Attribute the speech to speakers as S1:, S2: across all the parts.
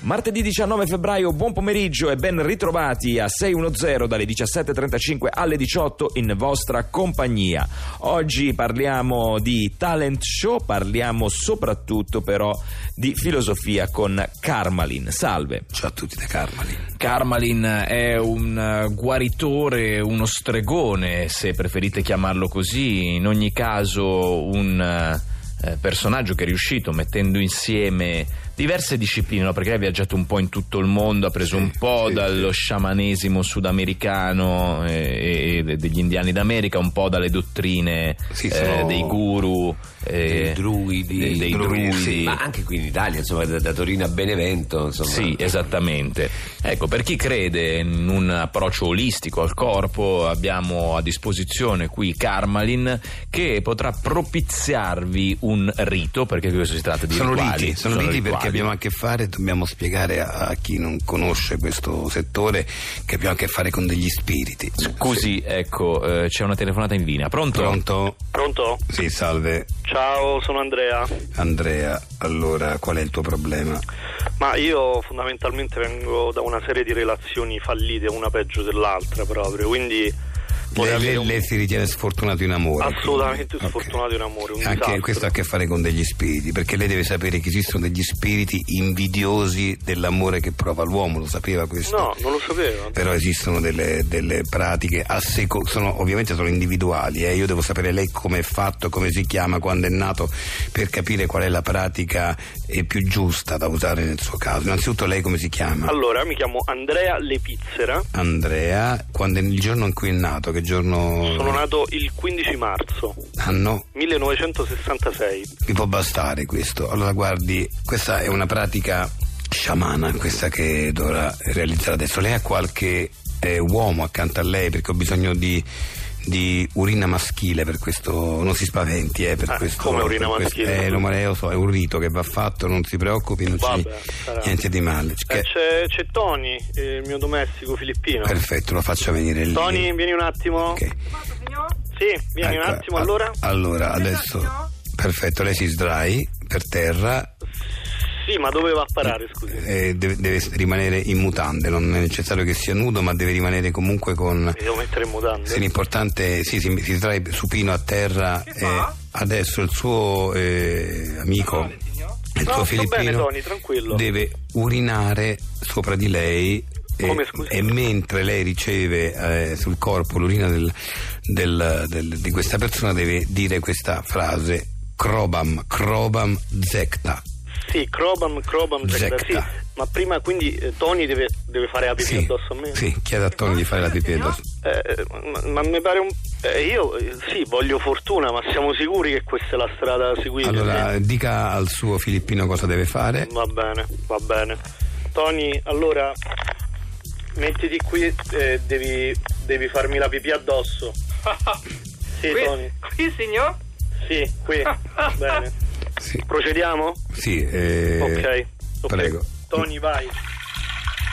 S1: Martedì 19 febbraio, buon pomeriggio e ben ritrovati a 610 dalle 17.35 alle 18 in vostra compagnia. Oggi parliamo di talent show, parliamo soprattutto però di filosofia con Carmalin. Salve.
S2: Ciao a tutti da Carmalin.
S3: Carmalin è un eh, guaritore, uno stregone, se preferite chiamarlo così, in ogni caso un eh, personaggio che è riuscito mettendo insieme diverse discipline, no? perché lei ha viaggiato un po' in tutto il mondo, ha preso
S2: Sì,
S3: un po'
S2: sì,
S3: dallo sciamanesimo sudamericano eh, e, e degli indiani d'America, un po' dalle dottrine
S2: Sì,
S3: eh,
S2: sono
S3: dei guru, eh,
S2: dei druidi,
S3: dei, dei druidi.
S2: sì, ma anche qui in Italia, insomma, da, da Torino a Benevento, insomma.
S3: Sì, esattamente. Ecco, per chi crede in un approccio olistico al corpo, abbiamo a disposizione qui Carmalin che potrà propiziarvi un rito, perché questo si tratta di
S2: Sono
S3: rituali.
S2: riti, sono riti perché
S3: rituali.
S2: abbiamo a che fare, dobbiamo spiegare a, a chi non conosce questo settore che abbiamo a che fare con degli spiriti. Sì.
S3: Scusi, ecco, eh, c'è una telefonata in linea. Pronto?
S2: Pronto?
S4: Pronto?
S2: Sì, salve
S4: Ciao, sono Andrea.
S2: Andrea. Allora, qual è il tuo problema?
S4: Ma io fondamentalmente vengo da una serie di relazioni fallite, una peggio dell'altra proprio, quindi vorrei
S2: Lei,
S4: avere
S2: lei-
S4: un-
S2: lei si ritiene sfortunato in amore?
S4: Assolutamente
S2: quindi? Ok.
S4: sfortunato in amore, un
S2: Anche
S4: disastro.
S2: questo ha a che fare con degli spiriti, perché lei deve sapere che esistono degli spiriti invidiosi dell'amore che prova l'uomo, lo sapeva questo?
S4: No, non lo sapevo.
S2: Però esistono delle, delle pratiche, a seco- sono- ovviamente sono individuali, eh, io devo sapere lei come è fatto, come si chiama, quando è nato, per capire qual è la pratica eh, più giusta da usare nel suo caso. Innanzitutto lei come si chiama?
S4: Allora, mi chiamo Andrea Lepizzera,
S2: Andrea, quando è il giorno in cui è nato, che giorno...
S4: sono nato il 15 marzo
S2: Ah no,
S4: 1966.
S2: Mi può bastare questo. Allora, guardi, questa è una pratica sciamana, questa che dovrà realizzare adesso. Lei ha qualche eh, uomo accanto a lei perché ho bisogno di, di urina maschile per questo. Non si spaventi, eh, per
S4: Ah,
S2: questo.
S4: come urina
S2: per questo-
S4: maschile?
S2: eh, lo ma- eh, lo so, è un rito che va fatto, non si preoccupi, non c'è
S4: Vabbè, sarà.
S2: niente di male. Che-
S4: Eh, c'è, c'è Tony, eh, il mio domestico filippino.
S2: perfetto, lo faccia venire lì.
S4: Tony, vieni un attimo.
S2: Ah, Ok.
S4: Sì, vieni
S2: Ecco,
S4: un attimo
S2: a-
S4: allora.
S2: Allora, adesso. Perfetto, lei si sdrai per terra
S4: Sì, ma dove va a parare, scusi?
S2: Eh, deve, deve rimanere in mutande, non è necessario che sia nudo, ma deve rimanere comunque con.
S4: Mi devo mettere in mutande.
S2: Se l'importante sì, si, si trae supino a terra. eh, adesso il suo eh, amico, il
S4: No,
S2: suo
S4: sto
S2: filippino,
S4: bene, Tony, tranquillo.
S2: deve urinare sopra di lei. eh,
S4: Come, scusi?
S2: e mentre lei riceve eh, sul corpo l'urina del- del- del- di questa persona, deve dire questa frase: Crobam, crobam zecta.
S4: Sì, Crobam, Crobam, Zecca,
S2: Zecca.
S4: sì. Ma prima quindi eh, Tony deve, deve fare la pipì
S2: Sì,
S4: addosso a me?
S2: sì, chiede a Tony di fare la pipì addosso.
S4: Eh, eh, ma, ma mi pare un... eh, io eh, sì, voglio fortuna, ma siamo sicuri che questa è la strada da seguire?
S2: Allora, eh. dica al suo filippino cosa deve fare.
S4: Va bene, va bene. Tony, allora, mettiti qui, eh, devi, devi farmi la pipì addosso. Sì, Tony.
S5: qui, qui signor?
S4: Sì, qui. bene.
S2: Sì,
S4: Procediamo?
S2: sì, eh,
S4: ok. ok.
S2: prego.
S4: Tony, vai.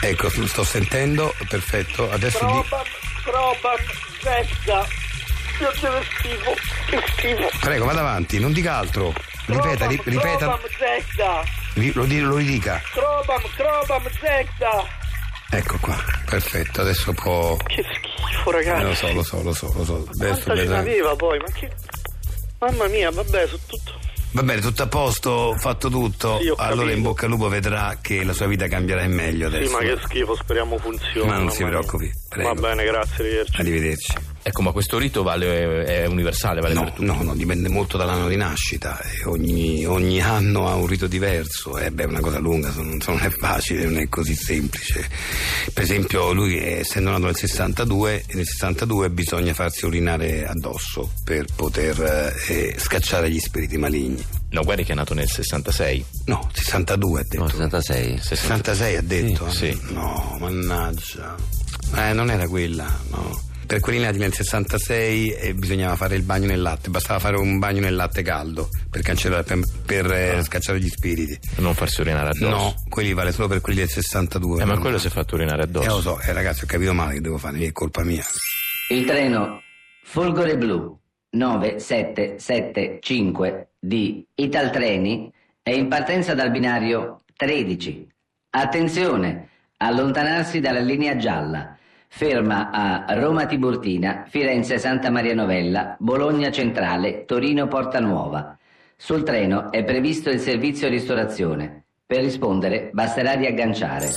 S2: Ecco, sto sto sentendo, perfetto. Adesso di-
S5: Crobam, crobam, zecca. Io te lo schifo, che schifo.
S2: prego, vada avanti, non dica altro. Ripeta, ri- ripeta,
S5: Crobam, zecca.
S2: ri- lo, di- lo ridica.
S5: Crobam, crobam, zecca.
S2: Ecco qua, perfetto, adesso può.
S4: Che schifo,
S2: eh,
S4: ragazzi.
S2: Lo so, lo so, lo so, lo so. Adesso
S4: Quanta ce
S2: vedrà-
S4: n'aveva poi, ma che... Mamma mia, vabbè, su tutto...
S2: Va bene, tutto a posto, ho fatto tutto.
S4: Sì, ho
S2: allora in
S4: capito.
S2: bocca al lupo vedrà che la sua vita cambierà in meglio adesso.
S4: Sì, ma che schifo, speriamo funzioni.
S2: Ma non si
S4: mamma mia.
S2: preoccupi, prego.
S4: Va bene, grazie, arrivederci.
S2: Arrivederci.
S3: Ecco, ma questo rito vale, è universale, vale per
S2: No,
S3: tutti.
S2: no, no, dipende molto dall'anno di nascita. eh, Ogni, ogni anno ha un rito diverso. Eh, beh, è una cosa lunga, so- non, so- non è facile, non è così semplice. Per esempio, lui, eh, essendo nato nel 62, e nel 62 bisogna farsi urinare addosso per poter eh, scacciare gli spiriti maligni.
S3: No, guardi che è nato nel 66.
S2: No, 62 ha detto.
S3: 66.
S2: 66 ha detto?
S3: Sì,
S2: eh?
S3: sì.
S2: No, mannaggia. Eh, non era quella, no. Per quelli nati nel 66 eh, bisognava fare il bagno nel latte, bastava fare un bagno nel latte caldo per, cancellare, per, per, eh, scacciare gli spiriti.
S3: Non farsi urinare Ah. addosso.
S2: No, quelli vale solo per quelli del 62.
S3: Eh, ma
S2: no?
S3: quello si è fatto urinare
S2: Eh, lo
S3: addosso.
S2: so, eh, ragazzi, ho capito male che devo fare, è colpa mia.
S6: Il treno Folgore Blu 9775 di Italtreni è in partenza dal binario 13 Attenzione, allontanarsi dalla linea gialla. Ferma a Roma Tiburtina, Firenze Santa Maria Novella, Bologna Centrale, Torino Porta Nuova. Sul treno è previsto il servizio ristorazione. Per rispondere basterà riagganciare.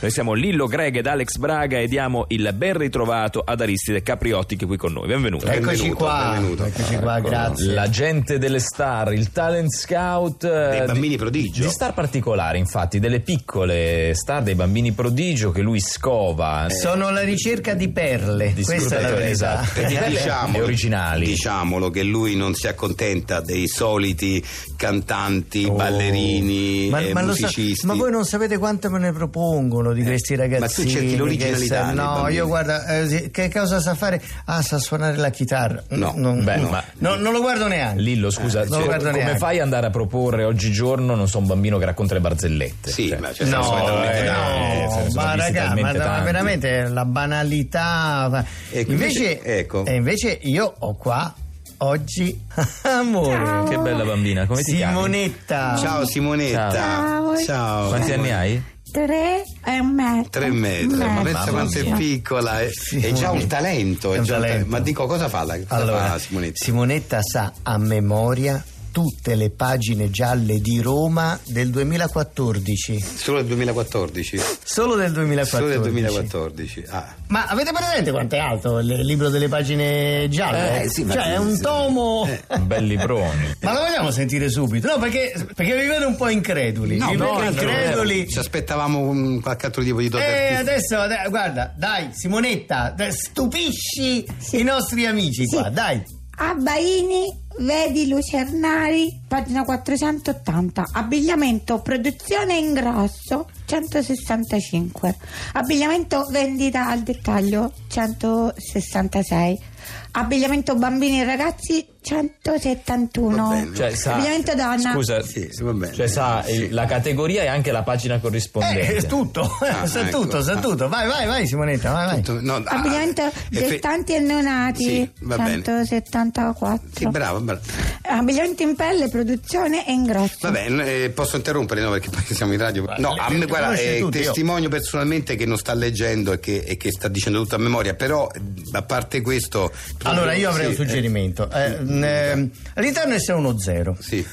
S1: Noi siamo Lillo Greg ed Alex Braga e diamo il ben ritrovato ad Aristide Capriotti che è qui con noi. Benvenuto.
S7: Eccoci
S2: Benvenuto,
S7: qua,
S2: benvenuto. Ecco.
S7: eccoci qua, grazie.
S3: La gente delle star, il talent scout eh,
S2: Dei bambini
S3: di-
S2: prodigio.
S3: Di star particolari, infatti, delle piccole star dei bambini prodigio che lui scova. eh,
S7: Sono alla ricerca di perle,
S3: Di
S7: questa è la
S3: scrutatori,
S7: verità.
S3: esatto.
S2: Perché
S3: Eh,
S2: diciamolo,
S3: e originali.
S2: diciamolo che lui non si accontenta dei soliti cantanti,
S7: Oh.
S2: ballerini,
S7: ma,
S2: eh,
S7: ma lo sa-
S2: musicisti. Eh,
S7: ma voi non sapete quanto me ne propongono di questi ragazzini.
S2: ma tu cerchi
S7: che
S2: l'originalità
S7: sa-
S2: nei
S7: No,
S2: bambini.
S7: io guarda, eh, sì, che cosa sa fare? Ah, sa suonare la chitarra.
S2: No,
S7: non,
S3: beh,
S7: no,
S3: ma-
S7: no, non lo guardo neanche.
S3: Lillo, scusa,
S7: Eh, non lo
S3: cioè,
S7: guardo
S3: come
S7: neanche.
S3: fai ad andare a proporre oggigiorno, non so, un bambino che racconta le barzellette?
S2: Sì,
S3: Cioè,
S2: ma c'è
S7: No,
S2: sono talmente
S7: eh,
S2: tanti.
S7: no,
S3: eh, sono
S7: ma
S3: visti
S7: raga, ma,
S3: talmente
S7: ma
S3: tanti.
S7: veramente la banalità.
S2: Ecco,
S7: invece,
S2: invece- ecco.
S7: e invece io ho qua oggi amore.
S3: Che bella bambina, come ti chiami?
S7: Simonetta.
S2: Ciao Simonetta.
S8: Ciao.
S2: Ciao.
S3: Quanti anni hai?
S8: Tre e mezzo.
S2: Tre e mezzo, ma pensa quanto è piccola, è, è già un talento, è
S7: È un
S2: già un
S7: talento.
S2: ta- Ma dico cosa fa, la, cosa
S7: Allora,
S2: fa Simonetta?
S7: Simonetta sa a memoria tutte le pagine gialle di Roma del 2014.
S2: Solo del 2014.
S7: Solo del 2014.
S2: Solo del 2014. Ah.
S7: Ma avete presente quanto è alto il libro delle pagine gialle?
S2: Eh, sì, Eh, ma-
S7: cioè, è un tomo.
S3: Belli proni.
S7: Ma lo vogliamo sentire subito? No, perché, perché vi vedo un po' increduli. vi vedo increduli.
S2: Ci aspettavamo un, qualche altro tipo di dote
S7: E
S2: artistiche.
S7: adesso, dai, guarda, dai, Simonetta, dai, stupisci i nostri amici qua, dai.
S8: A Baini, vedi Lucernari, pagina 480. Abbigliamento, produzione e ingrosso, 165. Abbigliamento, vendita al dettaglio, 166. Abbigliamento bambini e ragazzi, 171.
S2: Va bene.
S3: Cioè, sa-
S8: Abbigliamento donna.
S3: Scusa,
S2: Sì, sì, va bene.
S3: cioè, sa
S2: Sì.
S3: il- la categoria e anche la pagina
S7: Eh,
S3: corrispondente.
S7: è tutto,
S2: Ah,
S7: sa
S2: ecco.
S7: tutto, sa
S2: Ah.
S7: tutto. Vai, vai, vai, Simonetta, vai, vai.
S2: Tutto- no, ah,
S8: Abbigliamento
S2: effe-
S8: gestanti e neonati,
S2: Sì, va bene.
S8: 174.
S2: Sì, bravo, bravo.
S8: Abbigliamento in pelle, produzione e ingrosso.
S2: Va bene, eh, posso interrompere no, perché poi siamo in radio. No, a me guarda,
S7: conosci
S2: eh,
S7: tutti, io.
S2: testimonio personalmente che non sta leggendo e che, e che sta dicendo tutto a memoria, però eh, a parte questo...
S7: Allora, io avrei un
S2: sì, eh,
S7: suggerimento. Eh, ehm, all'interno è 1 0
S2: Sì.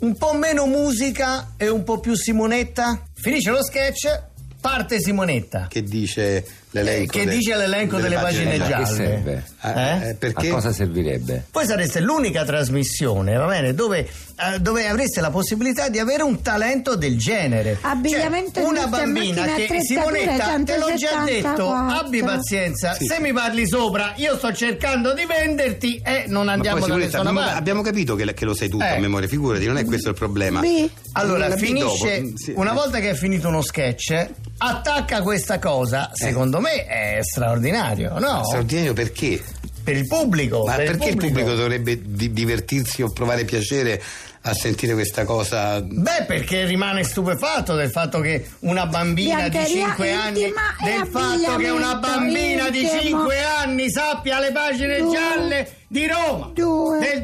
S7: Un po' meno musica e un po' più Simonetta. Finisce lo sketch, parte Simonetta.
S2: che dice l'elenco
S7: Che
S2: de-
S7: dice l'elenco delle pagine
S2: gialle.
S7: gialle.
S9: Che serve?
S2: Ah,
S7: Eh?
S2: eh, perché
S9: A cosa servirebbe?
S7: Voi sareste l'unica trasmissione, va bene, dove, eh, dove avreste la possibilità di avere un talento del genere. Cioè,
S8: Abbigliamento,
S7: una
S8: industria,
S7: bambina
S8: macchina,
S7: che
S8: attrezzature,
S7: Simonetta te l'ho già detto,
S8: 174.
S7: abbi pazienza, se mi parli sopra, io sto cercando di venderti e non
S2: Ma poi,
S7: andiamo da
S2: Simonetta,
S7: nessuna
S2: abbiamo,
S7: parte.
S2: abbiamo capito che, che lo sai tu
S7: Eh.
S2: a memoria, figurati, non è questo il problema.
S8: B.
S7: Allora,
S2: La B
S7: finisce
S2: dopo, mm, sì. eh.
S7: una volta che è finito uno sketch, attacca questa
S2: Eh.
S7: cosa. Secondo me è straordinario, no?
S2: Straordinario perché?
S7: Per il pubblico.
S2: Ma
S7: per
S2: perché il pubblico dovrebbe di- divertirsi o provare piacere a sentire questa cosa?
S7: Beh, perché rimane stupefatto del fatto che una bambina di
S8: Biancheria
S7: 5 anni.
S8: intima e
S7: Del fatto che una
S8: abbigliamento
S7: bambina di
S8: intimo.
S7: 5 anni sappia le pagine
S8: Due.
S7: gialle di Roma
S8: Due.
S7: del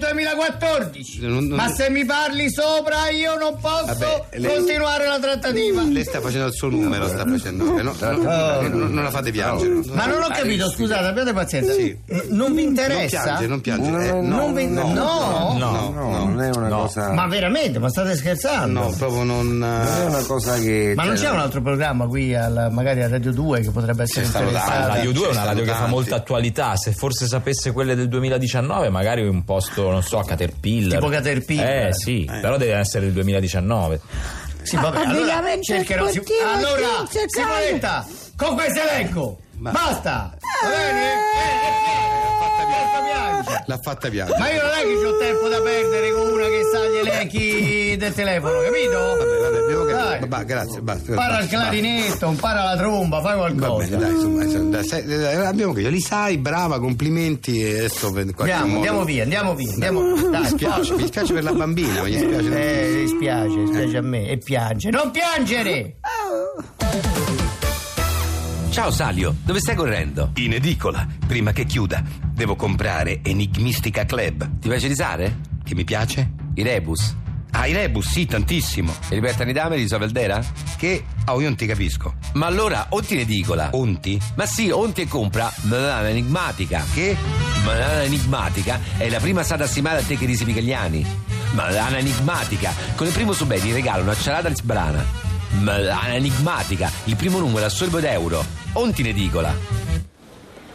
S7: 2014.
S2: Non- non-
S7: Ma se mi parli sopra, io non posso
S2: Vabbè, le-
S7: continuare la trattativa.
S2: Lei sta facendo il suo numero, sta facendo. eh, No, no, no, no, non la fate piangere.
S7: Ma non ho capito, scusate, abbiate pazienza.
S2: Ah, Sì.
S7: N- non vi
S2: Non
S7: interessa?
S2: piange, non piange.
S9: No,
S2: eh,
S9: no,
S2: no,
S7: Non vi-
S2: no,
S7: no?
S9: No,
S2: no,
S9: non è una cosa.
S7: Ma veramente, ma state scherzando?
S2: no, proprio non.
S9: non è
S2: eh,
S9: una cosa che.
S7: Ma non
S9: cioè,
S7: c'è un altro programma qui, al- magari a Radio 2, che potrebbe essere
S2: C'è stato
S7: interessato?
S2: tanto.
S3: Radio 2 è
S2: Ci
S3: una
S2: stanno
S3: radio che fa
S2: tanti.
S3: molta attualità, se forse sapesse quelle del 2019 magari un posto, non so, a Caterpillar.
S7: Tipo Caterpillar.
S3: Eh sì, però deve essere del 2019.
S7: Sì, vabbè, allora
S8: Abbigliamento
S7: cercherò. Sim-
S8: sportivo,
S7: allora,
S8: jeans e
S7: Simonetta, con questo elenco, basta! Va bene? Eh, eh, eh, porca piangere.
S2: L'ha fatta piangere.
S7: Ma io non è che ho tempo da perdere con una che sa gli elenchi del telefono, capito?
S2: Vabbè, vabbè, abbiamo capito.
S7: Dai.
S2: Vabbè, grazie, basta.
S7: Impara il
S2: basta,
S7: clarinetto, impara la tromba, fai
S2: basta. Va
S7: qualcosa.
S2: bene, dai, insomma, eh, insomma, dai, sai, dai, abbiamo capito. Li sai, brava, complimenti. E adesso per in qualche
S7: Andiamo,
S2: modo-
S7: andiamo via, andiamo via, andiamo.
S2: Mi
S7: Dai,
S2: dispiace, mi dispiace per la bambina, ma gli dispiace.
S7: Eh, dispiace, dispiace a me. E piange. Non piangere!
S10: Ciao Salio, dove stai correndo?
S11: In edicola, prima che chiuda, devo comprare Enigmistica Club.
S10: Ti piace risare?
S11: Che mi piace?
S10: I rebus.
S11: Ah, i rebus, sì, tantissimo.
S10: E libertà di dame di Soveldera?
S11: Che, oh, io non ti capisco.
S10: Ma allora, onti ridicola.
S11: Onti?
S10: Ma sì, onti e compra Madonna Enigmatica.
S11: Che?
S10: Madonna Enigmatica è la prima stata assimilata a te che risi Micheliani. Madonna Enigmatica, con il primo subedi regalo una cialata di sbrana. Madonna Enigmatica, il primo numero al sorbo d'euro. Onti in edicola.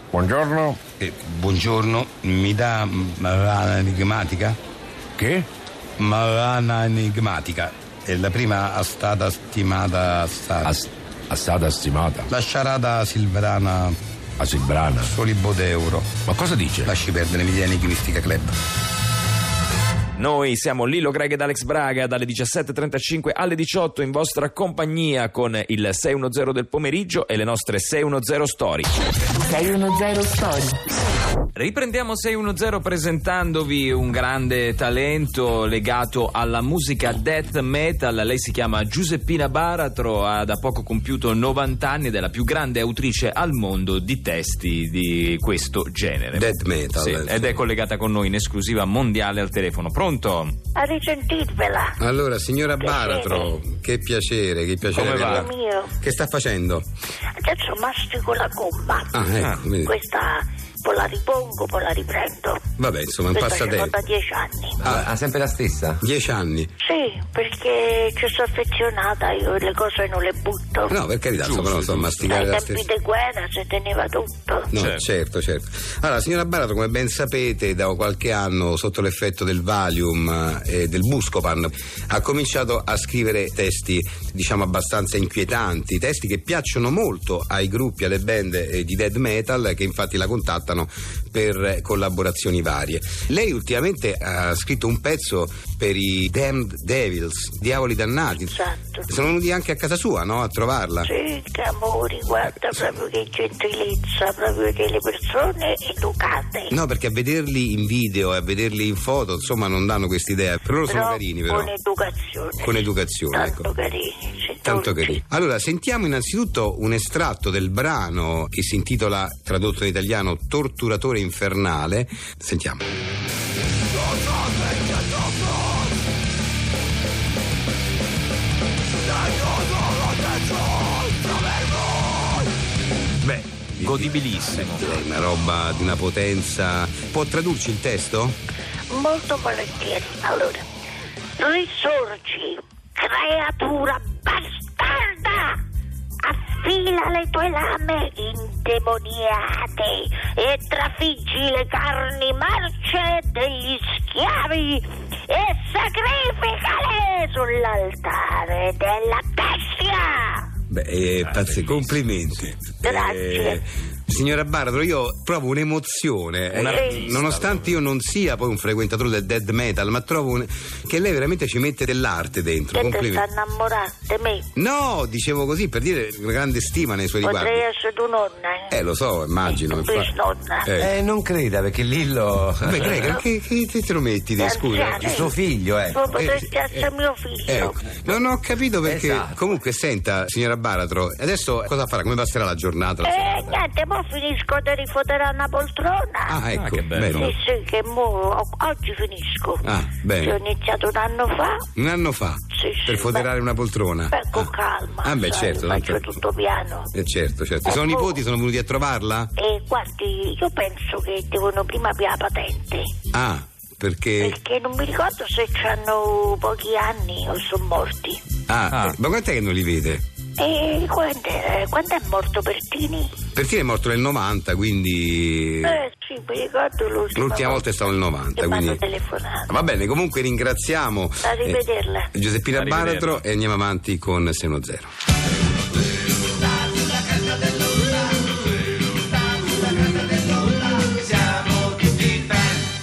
S12: Buongiorno.
S11: Eh, buongiorno, mi dà Marana Enigmatica?
S12: Che?
S11: Marana Enigmatica. È la prima stata stimata stata.
S12: As- assata stimata.
S11: La sciarada silverana
S12: A Silbrana.
S11: solibo d'euro.
S12: Ma cosa dice?
S11: Lasci perdere, mi dia Enigmistica Club.
S1: Noi siamo Lillo Greg ed Alex Braga dalle 17.35 alle 18 in vostra compagnia con il 610 del pomeriggio e le nostre 610 storie.
S13: 610 Story.
S3: Riprendiamo 610 presentandovi un grande talento legato alla musica death metal. Lei si chiama Giuseppina Baratro, ha da poco compiuto 90 anni ed è la più grande autrice al mondo di testi di questo genere.
S2: Death metal,
S3: Sì,
S2: eh, sì.
S3: ed è collegata con noi in esclusiva mondiale al telefono. Pronto?
S13: A risentirvela.
S2: Allora, signora
S13: Piacere.
S2: Baratro, che piacere, che piacere.
S3: Come va?
S2: averla-
S13: Mio.
S2: Che sta facendo?
S13: Adesso mastico la gomma.
S2: Ah, ecco, vedi.
S13: Questa poi la ripongo, poi la riprendo.
S2: Vabbè, insomma, un
S13: Sto facendo
S2: passatempo.
S13: da dieci anni.
S10: Ah, ah, sempre la stessa?
S2: Dieci anni.
S13: Sì, perché ci sono affezionata, io le cose non le butto.
S2: No, per carità,
S3: Giusto,
S2: insomma, non so,
S3: giusto.
S2: masticare
S13: Ai
S2: la
S13: tempi
S2: stessa.
S13: di guerra si teneva tutto.
S2: No, certo. certo,
S3: Certo.
S2: Allora, signora Baratro, come ben sapete, da qualche anno, sotto l'effetto del Valium eh, e del Buscopan, ha cominciato a scrivere testi, diciamo, abbastanza inquietanti, testi che piacciono molto ai gruppi, alle band eh, di dead metal, che infatti la contattano per eh, collaborazioni varie. Lei ultimamente ha scritto un pezzo per i Damned Devils, Diavoli Dannati.
S13: Esatto.
S2: Sono venuti anche a casa sua, no? A trovarla.
S13: Sì, che amori,
S2: Eh,
S13: guarda proprio che gentilezza, proprio delle persone educate.
S2: No, perché a vederli in video e a vederli in foto, insomma, non danno quest'idea. Per loro sono
S13: Però
S2: carini, però.
S13: Con educazione.
S2: Con educazione,
S13: Tanto
S2: ecco.
S13: carini. sì,
S2: Tanto
S13: dolci.
S2: carini. Allora, sentiamo innanzitutto un estratto del brano che si intitola, tradotto in italiano, Torturatore infernale. Sentiamo. Beh,
S3: Godibilissimo.
S2: è una roba di una potenza. Può tradurci il testo?
S13: Molto volentieri. Allora, risorgi, creatura bastarda! Affila le tue lame indemoniate e trafiggi le carni marce degli schiavi e sacrificale sull'altare della bestia!
S2: Beh, eh, pazze- complimenti.
S13: Grazie.
S2: Eh, signora Baratro, io provo un'emozione. eh,
S13: artista,
S2: nonostante io non sia poi un frequentatore del dead metal, ma trovo un- che lei veramente ci mette dell'arte dentro.
S13: Che te sta
S2: Complimenti.
S13: innamorando di me?
S2: No, dicevo così per dire una grande stima nei suoi
S13: Potrei
S2: riguardi.
S13: essere tu nonna.
S2: Eh, lo so, immagino.
S13: Eh,
S2: infatti.
S13: bisnonna.
S2: Eh.
S10: Eh, non creda, perché Lillo.
S2: Beh, Greg, che, che te, te lo metti te,
S13: Eh,
S2: scusa?
S13: già,
S10: Il suo figlio, eh.
S13: Tu potresti essere mio figlio.
S2: Ecco, non ho capito perché.
S10: Esatto.
S2: Comunque, senta, signora Baratro, adesso cosa farà? Come passerà la giornata? la
S13: Eh,
S2: serata?
S13: niente, mo finisco di rifoderare una poltrona.
S2: Ah, ecco,
S3: che bello.
S2: bene.
S13: Sì, sì, che mo, o- oggi finisco.
S2: Ah, bene.
S13: Sì, ho iniziato un anno fa.
S2: Un anno fa,
S13: Sì, sì,
S2: per foderare
S13: beh.
S2: una poltrona.
S13: Beh, con
S2: Ah.
S13: calma.
S2: Ah, beh,
S13: sai,
S2: certo.
S13: Faccio
S2: tanto-
S13: tutto piano.
S2: Eh, certo, certo. I
S13: Eh,
S2: suoi
S13: boh.
S2: nipoti sono venuti a trovarla?
S13: E guardi, io penso che devono prima aprire la patente.
S2: Ah, perché...
S13: Perché non mi ricordo se hanno pochi anni o sono morti.
S2: Ah,
S3: Ah.
S2: eh, ma quant'è che non li vede?
S13: E quando è, quando è morto Pertini?
S2: Perché è morto nel 90, quindi...
S13: Eh, sì, mi ricordo l'ultima.
S2: L'ultima volta è stato nel 90,
S13: che mi hanno
S2: quindi...
S13: telefonato.
S2: Va bene, comunque ringraziamo...
S13: A rivederla.
S2: eh, Giuseppina
S3: Arrivederla.
S2: Baratro e andiamo avanti con Seno Zero.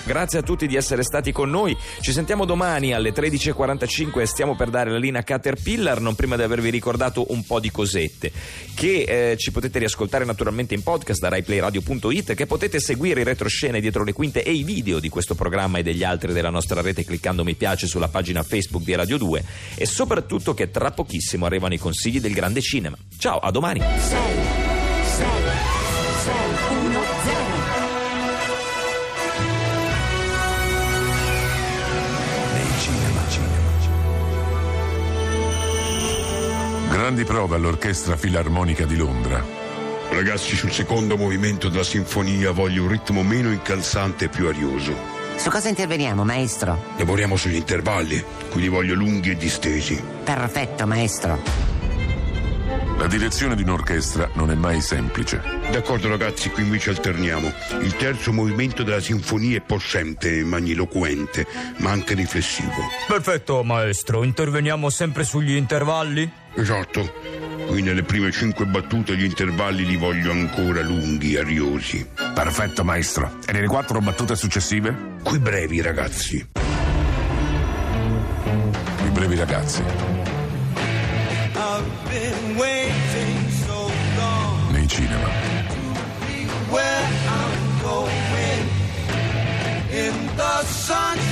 S1: Grazie a tutti di essere stati con noi. Ci sentiamo domani alle 13.45 e stiamo per dare la linea Caterpillar, non prima di avervi ricordato un po' di cosette che eh, ci potete riascoltare naturalmente in podcast da raiplayradio.it, che potete seguire i retroscene dietro le quinte e i video di questo programma e degli altri della nostra rete cliccando mi piace sulla pagina Facebook di Radio 2 e soprattutto che tra pochissimo arrivano i consigli del grande cinema. Ciao, a domani.
S13: 6
S14: grandi prove all'Orchestra Filarmonica di Londra.
S15: Ragazzi, sul secondo movimento della sinfonia voglio un ritmo meno incalzante e più arioso.
S6: Su cosa interveniamo, maestro?
S15: Lavoriamo sugli intervalli, quindi voglio lunghi e distesi.
S6: Perfetto, maestro.
S14: La direzione di un'orchestra non è mai semplice.
S15: D'accordo ragazzi, qui invece alterniamo. Il terzo movimento della sinfonia è possente, magniloquente, ma anche riflessivo.
S3: Perfetto, maestro. Interveniamo sempre sugli intervalli?
S15: Esatto. Qui nelle prime cinque battute gli intervalli li voglio ancora lunghi, ariosi.
S16: Perfetto, maestro. E nelle quattro battute successive?
S15: Qui brevi, ragazzi.
S16: I brevi ragazzi. Nei cinema.
S5: in the sunshine.